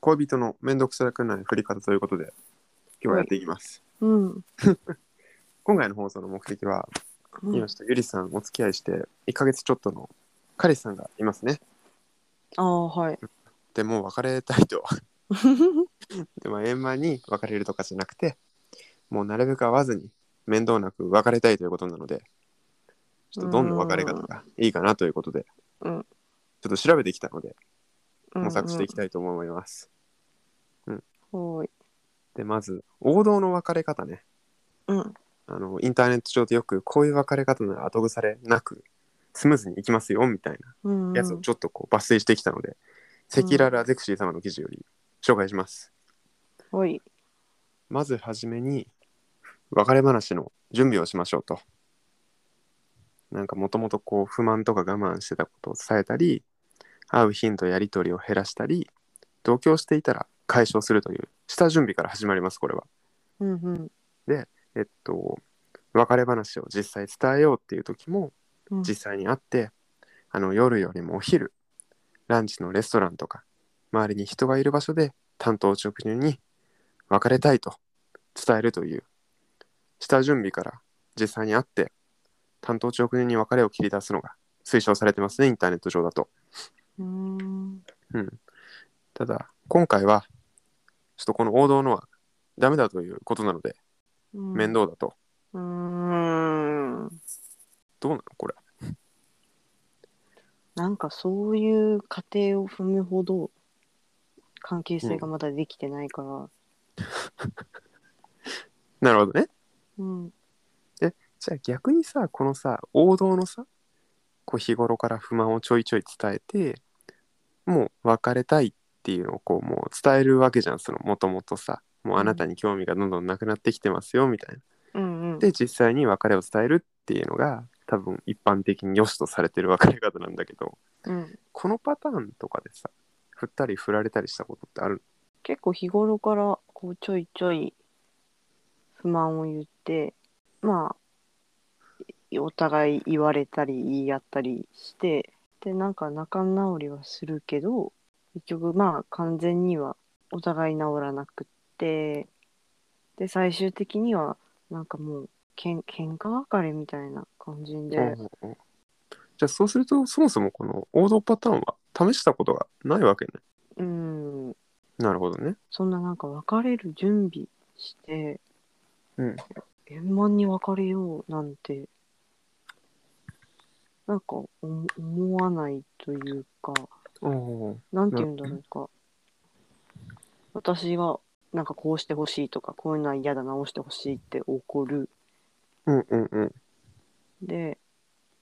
恋人のめんどくさくない振り方ということで、今日はやっていきます。うん。今回の放送の目的は、今ちょっとゆりさんお付き合いして1ヶ月ちょっとの彼氏さんがいますね。ああ、はい。でもう別れたいと。 でも円満に別れるとかじゃなくて、もうなるべく会わずに面倒なく別れたいということなので、ちょっとどんな別れ方がいいかなということで、うんちょっと調べてきたので、模模索していきたいと思います。はい。でまず王道の別れ方ねうん。あのインターネット上でよくこういう別れ方なら後腐れなくスムーズにいきますよみたいうん。なやつをちょっとこう抜粋してきたので赤裸々ゼクシー様の記事より紹介します、はい。まずはじめに別れ話の準備をしましょうとなんかもともとこう不満とか我慢してたことを伝えたり会う頻度やり取りを減らしたり同居していたら解消するという下準備から始まりますこれはうんうんえっと、別れ話を実際伝えようっていう時もうん。実際に会って、あの夜よりもお昼ランチのレストランとか周りに人がいる場所で担当直入に別れたいと伝えるという下準備から実際に会って担当直入に別れを切り出すのが推奨されてますねインターネット上だと。うーん。うん、ただ今回はちょっとこの王道のはダメだということなのでうん面。倒だと、うーん。どうなのこれなんかそういう過程を踏むほど関係性がまだできてないから。なるほどねうん。じゃあ逆にさこのさ王道のさこう日頃から不満をちょいちょい伝えてもう別れたいっていうのをこうもう伝えるわけじゃんそのもともとさもうあなたに興味がどんどんなくなってきてますよみたいな。うんうん。で実際に別れを伝えるっていうのが多分一般的に良しとされてる別れ方なんだけどうん。このパターンとかでさ振ったり振られたりしたことってある結構日頃からこうちょいちょい不満を言って、まあ、お互い言われたり言い合ったりして、で、なんか仲直りはするけど、結局まあ完全にはお互い治らなくって、で、最終的にはなんかもうけん喧嘩別れみたいな感じで、うんうんうんじゃあそうするとそもそもこの王道パターンは試したことがないわけね。うん、なるほどね。そんななんか別れる準備して、うん円満に別れようなんてなんかおも思わないというかおおー。なんて言うんだろうか、私がなんかこうしてほしいとかこういうのは嫌だ直してほしいって怒るうんうんうん。で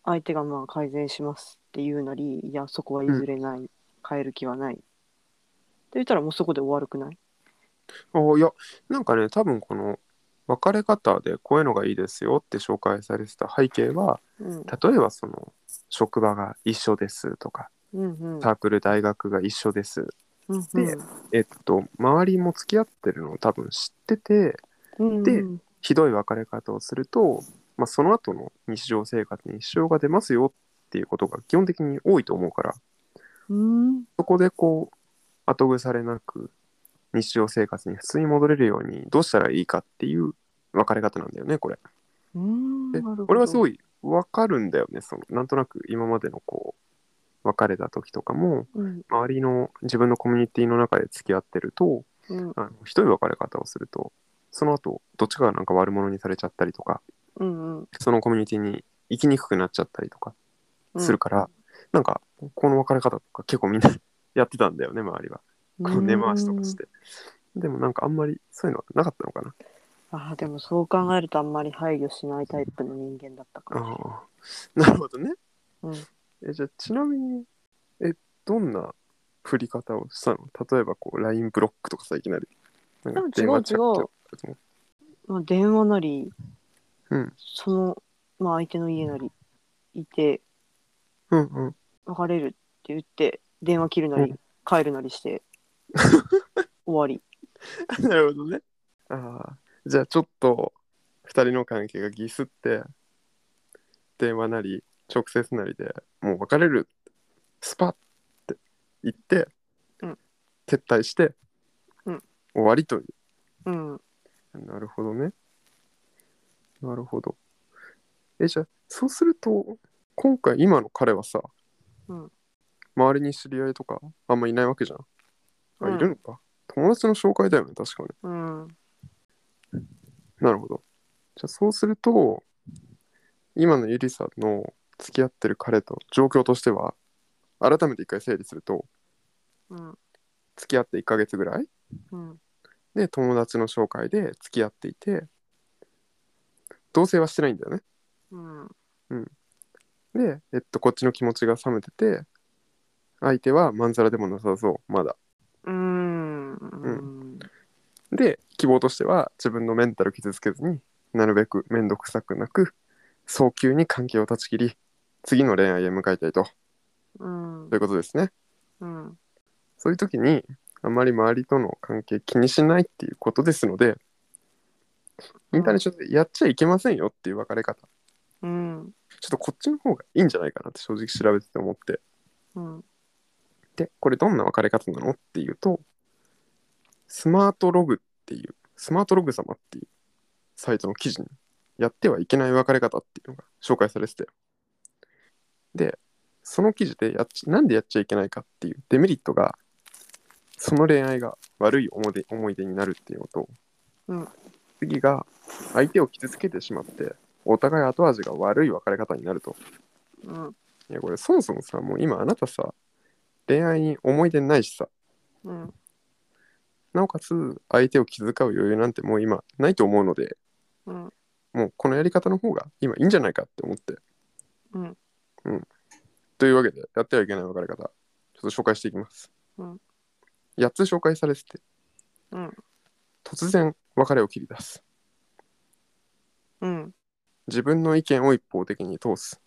相手がまあ改善しますって言うなりいやそこは譲れない、変える気はないって言ったらもうそこで終わるくないあいや、なんかね、多分この別れ方でこういうのがいいですよって紹介されてた背景は、うん例えばその職場が一緒ですとか、うんうんサークル大学が一緒です。うんうんでえっと、周りも付き合ってるのを多分知ってて、でうんひどい別れ方をすると、まあ、その後の日常生活に支障が出ますよっていうことが基本的に多いと思うから、うんそこでこう、後腐れなく日常生活に普通に戻れるようにどうしたらいいかっていう別れ方なんだよね、これ。うんでなるほど俺はすごいわかるんだよね、その、なんとなく今までのこう、別れた時とかも、うん周りの自分のコミュニティの中で付き合ってると、うんあのひどい別れ方をすると、その後、どっちかがなんか悪者にされちゃったりとか、うんうんそのコミュニティに行きにくくなっちゃったりとかうんするから、なんか、この別れ方とか結構みんなやってたんだよね、周りは。こう根回しとかして。でもなんかあんまりそういうのはなかったのかな。うんああでもそう考えるとあんまり配慮しないタイプの人間だったかあもあ、なるほどね。うんえじゃあちなみに、え、どんな振り方をしたの例えばこう LINE ブロックとかさ、いきなり。なんかでも違電話うチャットとかまあ電話なり、うんそのまあ相手の家なりいてうんうん。別れるって言って電話切るなり、う帰るなりして 終わり なるほどね。ああ、じゃあちょっと2人の関係がギスって、電話なり、直接なりでもう別れる、スパッって言って、うん撤退して、終わりといううんなるほどね。なるほど。え、じゃあ、そうすると、今回、今の彼はさ、うん周りに知り合いとか、あんまいないわけじゃん。あ、うんいるのか。友達の紹介だよね、確かに。うんなるほど。じゃあ、そうすると、今のゆりさんの付き合ってる彼と状況としては、改めて一回整理すると、うん付き合って1ヶ月ぐらいうんで、友達の紹介で付き合っていて、同棲はしてないんだよね。うんで、えっと、こっちの気持ちが冷めてて、相手はまんざらでもなさそう、まだ。うんうんで、希望としては自分のメンタル傷つけずになるべく面倒くさくなく、早急に関係を断ち切り、次の恋愛へ向かいたいと、とうんいうことですね。うんそういう時に、あまり周りとの関係気にしないっていうことですので、インターネットでやっちゃいけませんよっていう別れ方、うんちょっとこっちの方がいいんじゃないかなって正直調べてて思って、うんで、これどんな別れ方なのっていうと、スマートログっていう、スマートログ様っていうサイトの記事に、やってはいけない別れ方っていうのが紹介されてたよ。で、その記事でやっち、なんでやっちゃいけないかっていうデメリットが、その恋愛が悪い思い出思い出になるっていうのと、うん次が相手を傷つけてしまって、お互い後味が悪い別れ方になると。うんいや、これそもそもさ、もう今あなたさ、恋愛に思い出ないしさ、うんなおかつ相手を気遣う余裕なんてもう今ないと思うのでうんもうこのやり方の方が今いいんじゃないかって思ってうんうんというわけでやってはいけない別れ方ちょっと紹介していきます、うん8つ紹介されててうん突然別れを切り出すうん自分の意見を一方的に通す、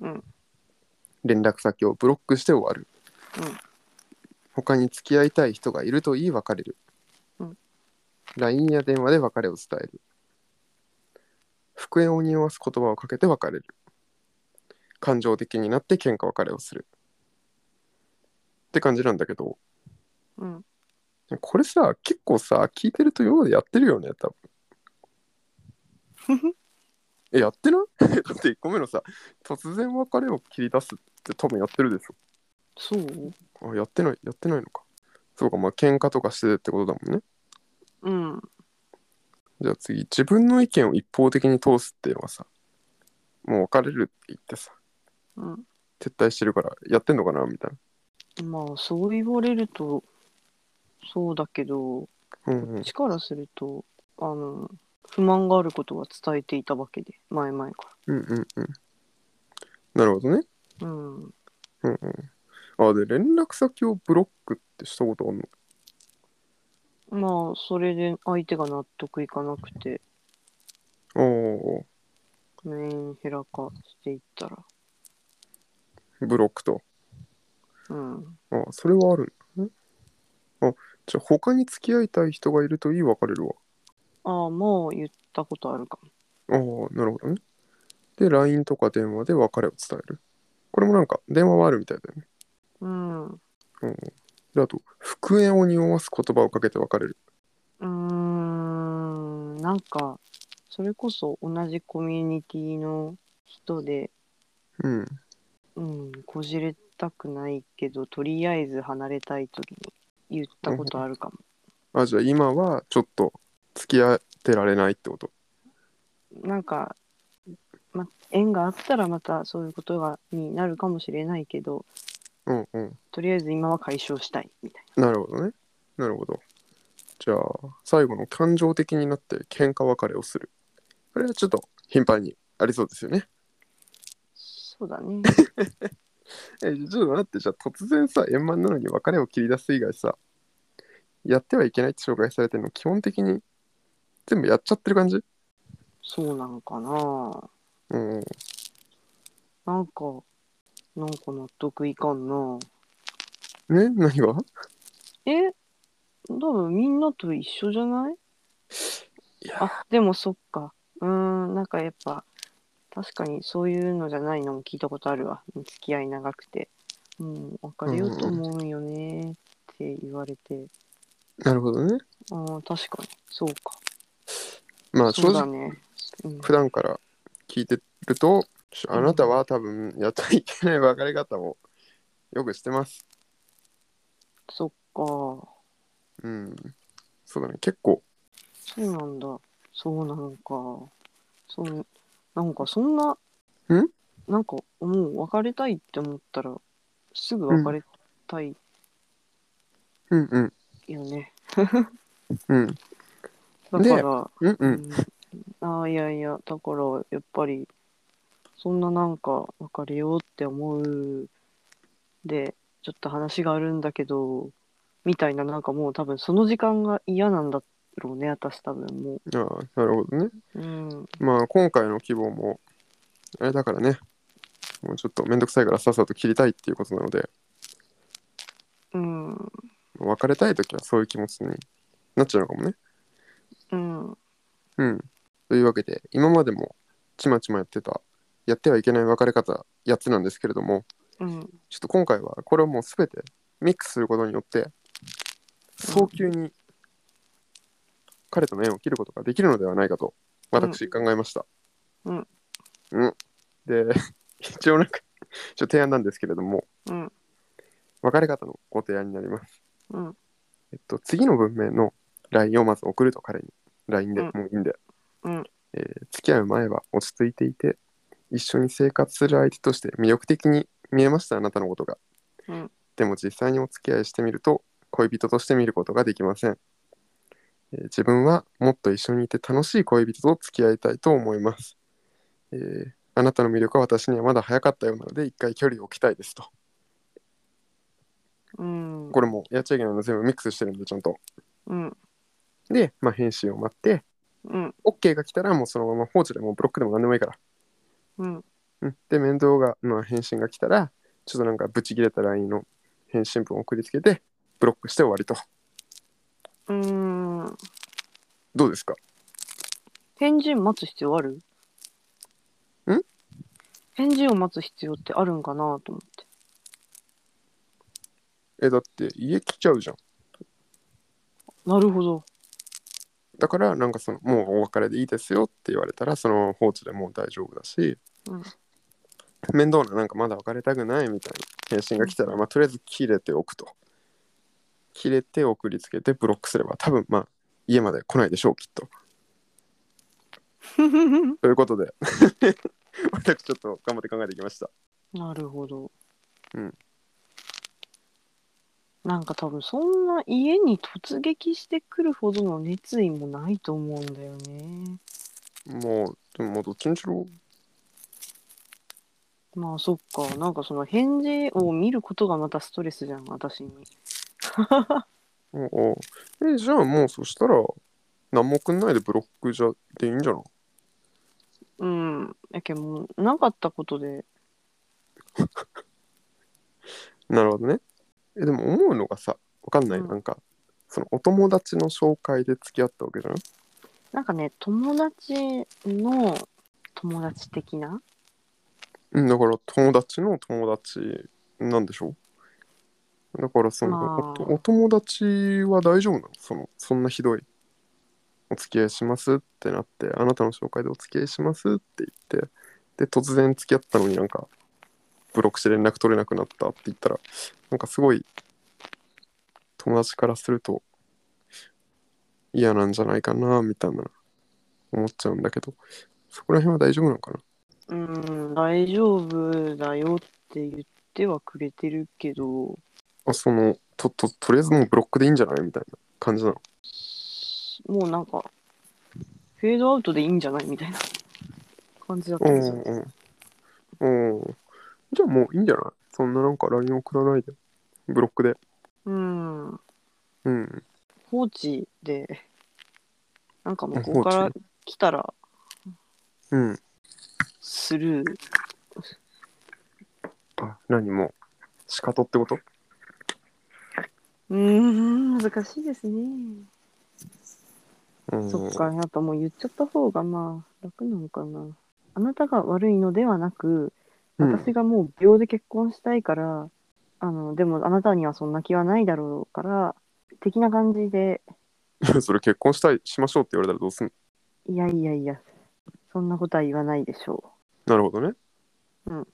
うん連絡先をブロックして終わる、うん他に付き合いたい人がいると言い別れる、うん LINE や電話で別れを伝える復縁を匂わす言葉をかけて別れる感情的になって喧嘩別れをするって感じなんだけどうんこれさ結構さ聞いてると今までやってるよね多分え、やってない だって1個目のさ、突然別れを切り出すって多分やってるでしそうょ。あ、やってない、やってないのか。そうか、まあ、喧嘩とかしてってことだもんね。うんじゃあ次、自分の意見を一方的に通すっていうのはさ、もう別れるって言ってさ、うん撤退してるからやってんのかなみたいまあそう言われるとそうだけどな。うんこうんっ。ちからするとあの不満があることは伝えていたわけで前々かうんうんうん。なるほどね。らうんうんうん。あ、で、連絡先をブロックってしたことあるのまあそれで相手が納得いかなくておメンヘラ化していったらー、ブロックと。うんあ、それはあるんだね。あ、じゃあ他に付き合いたい人がいるといい別れるわ。ああもう言ったことあるかもああ、なるほどね。で、LINE とか電話で別れを伝える。これもなんか電話はあるみたいだよね。うんで、あと、復縁を匂わす言葉をかけて別れる。うーんなんかそれこそ同じコミュニティの人でうん。うんこじれたくないけどとりあえず離れたい時に言ったことあるかもあ、じゃあ今はちょっと付き合ってられないってこと。なんか、ま、縁があったらまたそういうことがになるかもしれないけどうんうん。とりあえず今は解消したいみたいなるほどね。なるほど。じゃあ、最後の感情的になって喧嘩別れをする。これはちょっと頻繁にありそうですよね。なそうだねえ、ちょっと待って、じゃあ突然さ、円満なのに別れを切り出す以外さ、やってはいけないって紹介されてるの、基本的に全部やっちゃってる感じ そうなのかなうんうん。なんかなんか納得いかんなね何が え多分みんなと一緒じゃないいやあでもそっかうーんなんかやっぱ確かにそういうのじゃないのも聞いたことあるわ付き合い長くてうん別れようと思うんよねって言われてなるほどね。ああ確かにそうかまあそ正うだ直ね、うん、普段から聞いてると、あなたは多分やってはいけない別れ方をよくしてます。そっかそうん。そうだね。結構。うなんだそうなのかそうなんかそんなんなんかもう別れたいって思ったらすぐ別れたいうんうん。よね、うん。だからうんうん。うん、ああいやいやだからやっぱりそんななんか別れようって思うでちょっと話があるんだけどみたいななんかもう多分その時間が嫌なんだろうね私多分もああ、なるほどね。う、うん、まあ今回の希望も、あれだからね。もうちょっとめんどくさいからさっさと切りたいっていうことなので、うん別れたいときはそういう気持ちになっちゃうのかもね。うんうん。というわけで、今までもちまちまやってた、やってはいけない別れ方、やつなんですけれども、うんちょっと今回はこれをもう全てミックスすることによって、早急に彼との縁を切ることができるのではないかと、私考えました。うん。うん。で、一応なんか、ちょっと提案なんですけれども、うん別れ方のご提案になります。うんえっと、次の文明の LINE をまず送ると彼に。LINE で、うんもういいんで、うんえー付き合う前は落ち着いていて、一緒に生活する相手として魅力的に見えました、あなたのことが。うんでも実際にお付き合いしてみると、恋人として見ることができません、えー自分はもっと一緒にいて楽しい恋人と付き合いたいと思います。えーあなたの魅力は私にはまだ早かったようなので、一回距離を置きたいですと。うんこれもやっちゃいけないの全部ミックスしてるんで、ちゃんと。うんで、まあ、返信を待って、うん OK が来たらもうそのまま放置でもブロックでも何でもいいから。うんうん、で、面倒が、まあ、返信が来たら、ちょっとなんかブチ切れた LINE の返信文を送りつけて、ブロックして終わりと。うんどうですか返事待つ必要あるん返事を待つ必要ってあるんかなと思ってえ、だって家来ちゃうじゃん。なるほどだから、なんかその、もうお別れでいいですよって言われたら、その放置でもう大丈夫だし、うん面倒な、なんかまだ別れたくないみたいな返信が来たら、まあ、とりあえず切れておくと。切れて送りつけてブロックすれば、多分まあ、家まで来ないでしょう、きっと。ということで、 私ちょっと頑張って考えてきました。なるほど。うん。なんか多分そんな家に突撃してくるほどの熱意もないと思うんだよね。もう、でももうどっちにしろ、まあそっか。なんかその返事を見ることがまたストレスじゃん、私に。おうおうえ、じゃあもうそしたら、何も送んないでブロックじゃでいいんじゃないうん。やけんもうなかったことで。なるほどね。え、でも思うのがさ、わかんない、うんなんか、そのお友達の紹介で付き合ったわけじゃんなんかね、友達の友達的なうん、だから友達の友達なんでしょだからそまあの、おとお友達は大丈夫なのその、そんなひどい。お付き合いしますってなって、あなたの紹介でお付き合いしますって言って、で、突然付き合ったのになんか、ブロックして連絡取れなくなったって言ったら、なんかすごい、友達からすると嫌なんじゃないかな、みたいな思っちゃうんだけど、そこら辺は大丈夫なのかなうん、大丈夫だよって言ってはくれてるけど、あそのとととりあえずもうブロックでいいんじゃないみたいな感じなのもうなんか、フェードアウトでいいんじゃないみたいな感じだったうんんですよ。うんうんじゃあもういいんじゃないそんななんか LINE 送らないでブロックでうん。うん放置で、なんか向こ放う置から来たらうんスルー。あ何もうしかとってことうーん、難しいですね。うんそっか、やっぱもう言っちゃった方がまあ楽なのかな。あなたが悪いのではなく、うん私がもう秒で結婚したいから、あの、でもあなたにはそんな気はないだろうから、的な感じで、 それ結婚したいしましょうって言われたらどうすんのいやいやいや、そんなことは言わないでしょなるほどねうん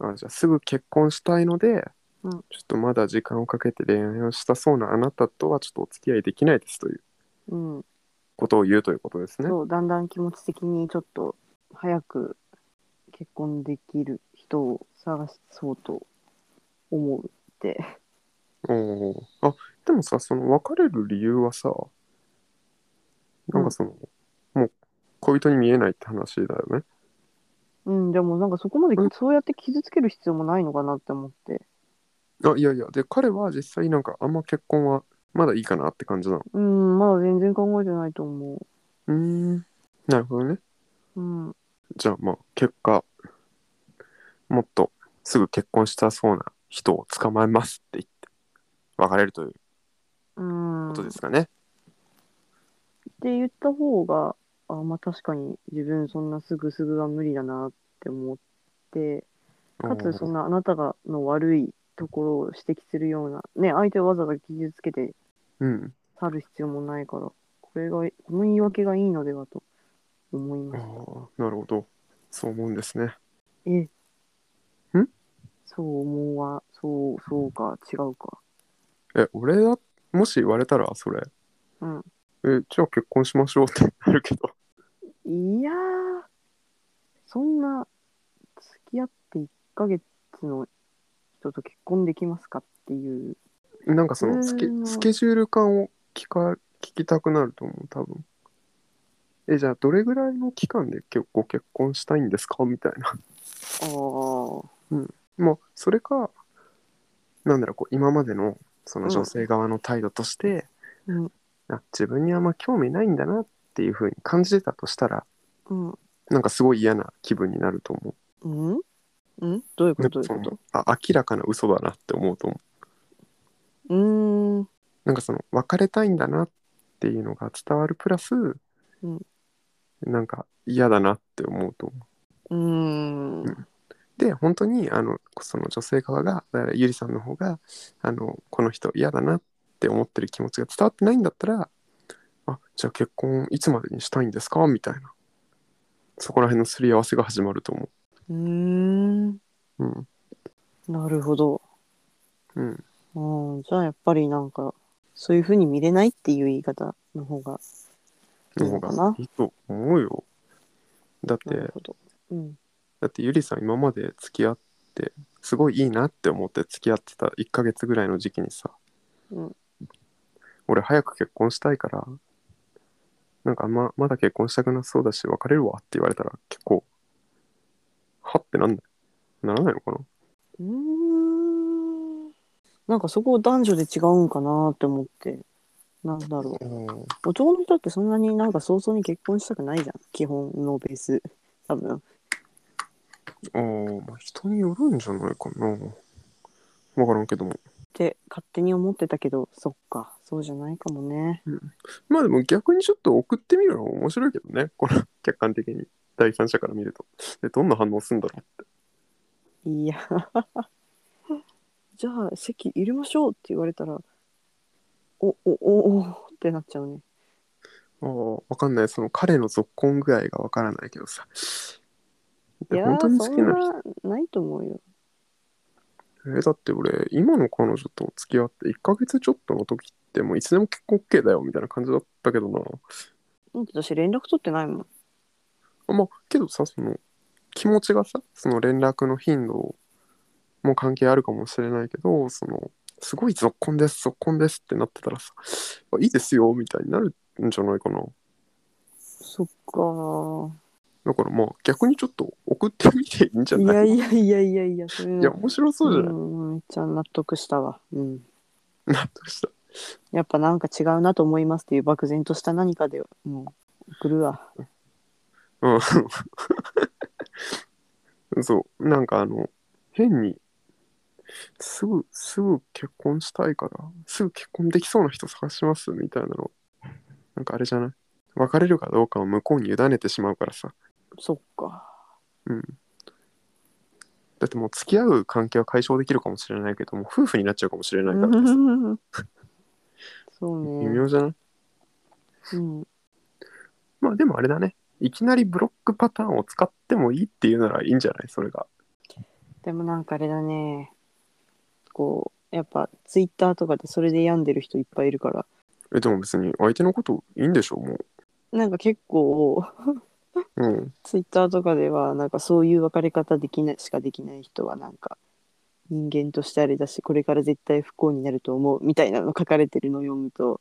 あじゃあすぐ結婚したいので、うんちょっとまだ時間をかけて恋愛をしたそうなあなたとはちょっとお付き合いできないですというう。うん。ことを言うということですねそうだんだん気持ち的にちょっと早く結婚できる人を探そうと思うっておーあでもさその別れる理由はさなんかその、もう恋人に見えないって話だよねうんでもなんかそこまでうんそうやって傷つける必要もないのかなって思ってあいやいやで彼は実際なんかあんま結婚はまだいいかなって感じなのうんまだ全然考えてないと思うーんなるほどねううんじゃあまあ結果もっとすぐ結婚したそうな人を捕まえますって言って別れるといううんことでってすかね、言った方があまあ確かに自分そんなすぐすぐは無理だなって思ってかつそんなあなたがの悪いところを指摘するようなね相手をわざわざ傷つけてうん去る必要もないから、これが、この言い訳がいいのではと思いあまあした。なるほどそう思うんですねええんそう思うわ、そう、そうか、違うか。え俺だもし言われたらそれうん。えじゃあ結婚しましょうってなるけど いやー、そんな、付き合って1ヶ月の人と結婚できますかっていう。なんかそのスケうーんスケジュール感を聞か聞きたくなると思う多分えじゃあどれぐらいの期間で結ご結婚したいんですかみたいな あー、もうそれかなんだろうこう今までのそのうん女性側の態度として、うんあ自分にあんま興味ないんだなっていう風に感じてたとしたらうん。なんかすごい嫌な気分になると思うんんどういううことどういそうこのとあ明らかな嘘だなって思うと思ううーん。なんかその別れたいんだなっていうのが伝わるプラス、んなんか嫌だなって思うと思うーん。う。で本当にあのその女性側がだからゆりさんの方があのこの人嫌だなって思ってる気持ちが伝わってないんだったらあじゃあ結婚いつまでにしたいんですかみたいなそこら辺のすり合わせが始まると思うーん。う。うんなるほど。うん、うん、じゃあやっぱりなんかそういうふうに見れないっていう言い方の方がの方がいいと思うよ。だって、なるほど。うん、だってゆりさん今まで付き合ってすごいいいなって思って付き合ってた1ヶ月ぐらいの時期にさ、うん俺早く結婚したいからなんかあんままだ結婚したくなそうだし別れるわって言われたら結構はってなんだならないのかなうーんなんかそこ男女で違うんかなって思ってなんだろう男の人ってそんなになんか早々に結婚したくないじゃん基本のベース多分あーまあ人によるんじゃないかな分からんけどもって勝手に思ってたけどそっかそうじゃないかもねまあでも逆にちょっと送ってみるのも面白いけどねこれ客観的に第三者から見るとでどんな反応するんだろういやじゃあ席入れましょうって言われたらおおおおってなっちゃうねああ、わかんない。その彼の続婚具合がわからないけどさ。いでや本当ーに好そきんななないと思うよ。人。え、だって俺、今の彼女と付き合って1ヶ月ちょっとの時って、もういつでも結婚 OK だよみたいな感じだったけどな。だって私連絡取ってないもん。あまあ、けどさ、その、気持ちがさ、その連絡の頻度も関係あるかもしれないけど、その、すごい続婚です、続婚ですってなってたらさ、あいいですよみたいになるんじゃないかな。そっかーだからまあ、逆にちょっと送ってみていいんじゃいないやいやいやいやいや、そういうの。いや、面白そうじゃない、うんめっちゃ納得したわ。うん。納得した。やっぱなんか違うなと思いますっていう漠然とした何かで、うん、送るわ。うん。 そう、なんかあの、変に、すぐ、すぐ結婚したいから、すぐ結婚できそうな人探しますみたいなの。なんかあれじゃない別れるかどうかを向こうに委ねてしまうからさ。そっか。うん。だってもう付き合う関係は解消できるかもしれないけど、もう夫婦になっちゃうかもしれないからです。 そう微ね。妙じゃないうん。まあでもあれだね。いきなりブロックパターンを使ってもいいっていうならいいんじゃないそれが。でもなんかあれだね。こう、やっぱツイッターとかでそれで病んでる人いっぱいいるから、え、でも別に相手のこといいんでしょもなんか結う。構、うん。ツイッターとかでは、なんかそういう別れ方できない、しかできない人はなんか、人間としてあれだし、これから絶対不幸になると思う、みたいなの書かれてるのを読むと、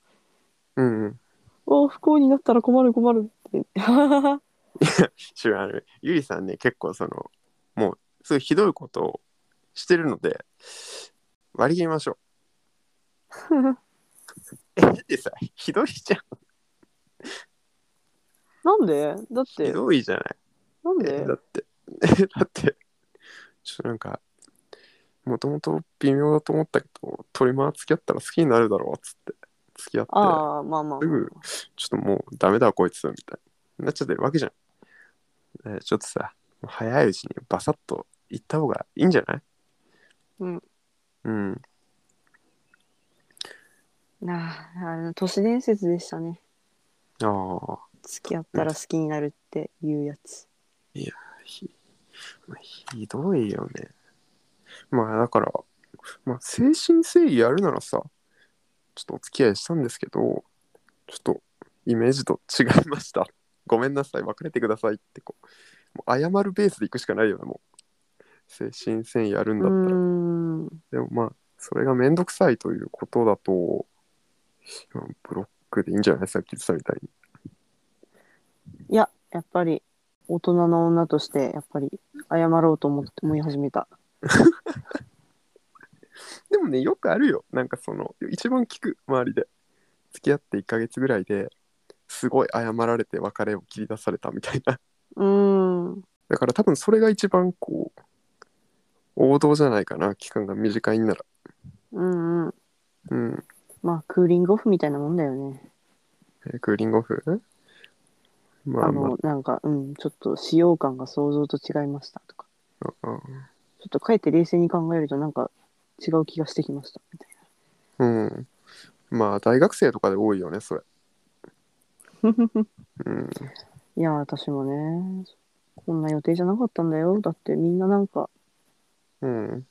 うんうん。お不幸になったら困る困るって。 しゅあのゆりさんね、結構その、もう、すごいひどいことをしてるので、割り切りましょ う。え、だってさ、ひどいじゃん。なんでだっひて、どいじゃない。なんえでだって、 だって、ちょっとなんか、もともと微妙だと思ったけど、トリマー付き合ったら好きになるだろうっつって、付き合って、ああ、まあまあすぐ、ちょっともうダメだこいつ、みたいになっちゃってるわけじゃん。えーちょっとさ、もう早いうちにバサッと行った方がいいんじゃないうん。うん。なあ、あの、都市伝説でしたね。ああ、付き合ったら好きになるっていうやつ。ひひどいよね。まあだから、まあ、精神誠意やるならさ、ちょっとお付き合いしたんですけど、ちょっとイメージと違いました。 ごめんなさい、別れてくださいってこう、もう謝るベースでいくしかないよね、もう。精神誠意やるんうだーったら。ん。でもまあ、それがめんどくさいということだと、まあブロックでいいんじゃないさっき言ってたみたいに。いや、やっぱり、大人の女として、やっぱり、謝ろうと思って思い始めた。でもね、よくあるよ。なんかその、一番聞く、周りで。付き合って1ヶ月ぐらいで、すごい謝られて別れを切り出されたみたいな。 うーん。だから多分それが一番こう、王道じゃないかな。期間が短いんなら。うんうん。うん。まあ、クーリングオフみたいなもんだよね。えークーリングオフまああまの、なんか、うん、ちょっと使用感が想像と違いましたとか。あ。あちょっとかえって冷静に考えると、なんか、違う気がしてきました。みたいな。うん。まあ大学生とかで多いよね、それ。うん。いや、私もね、こんな予定じゃなかったんだよ。だってみんななんか、うん。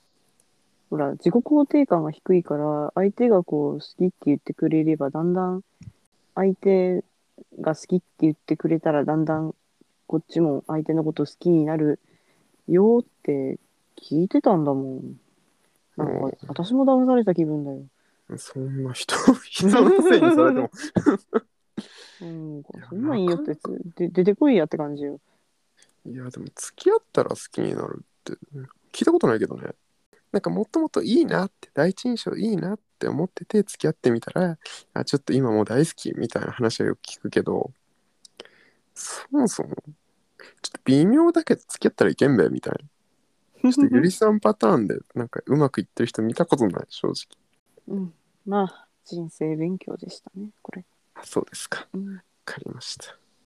ほら、自己肯定感が低いから、相手がこう、好きって言ってくれれば、だんだん、相手が好きって言ってくれたら、だんだん、こっちも相手のこと好きになるよって聞いてたんだもん。なんうかん、私も騙された気分だよ。そんな人、人のせいにされても。うん、やそんなんいいよっなて、で出てこいやって感じよ。いや、でも付き合ったら好きになるって聞いたことないけどね。なんかもともといいなって、第一印象いいなって思ってて付き合ってみたら、あ、ちょっと今もう大好きみたいな話はよく聞くけど、そもそも、ちょっと微妙だけど付き合ったらいけんべみたいな。ちょっ とゆりさんパターンで、なんかうまくいってる人見たことない、正直。うん、まあ、人生勉強でしたね、これ。あそうですか。わうんかりました。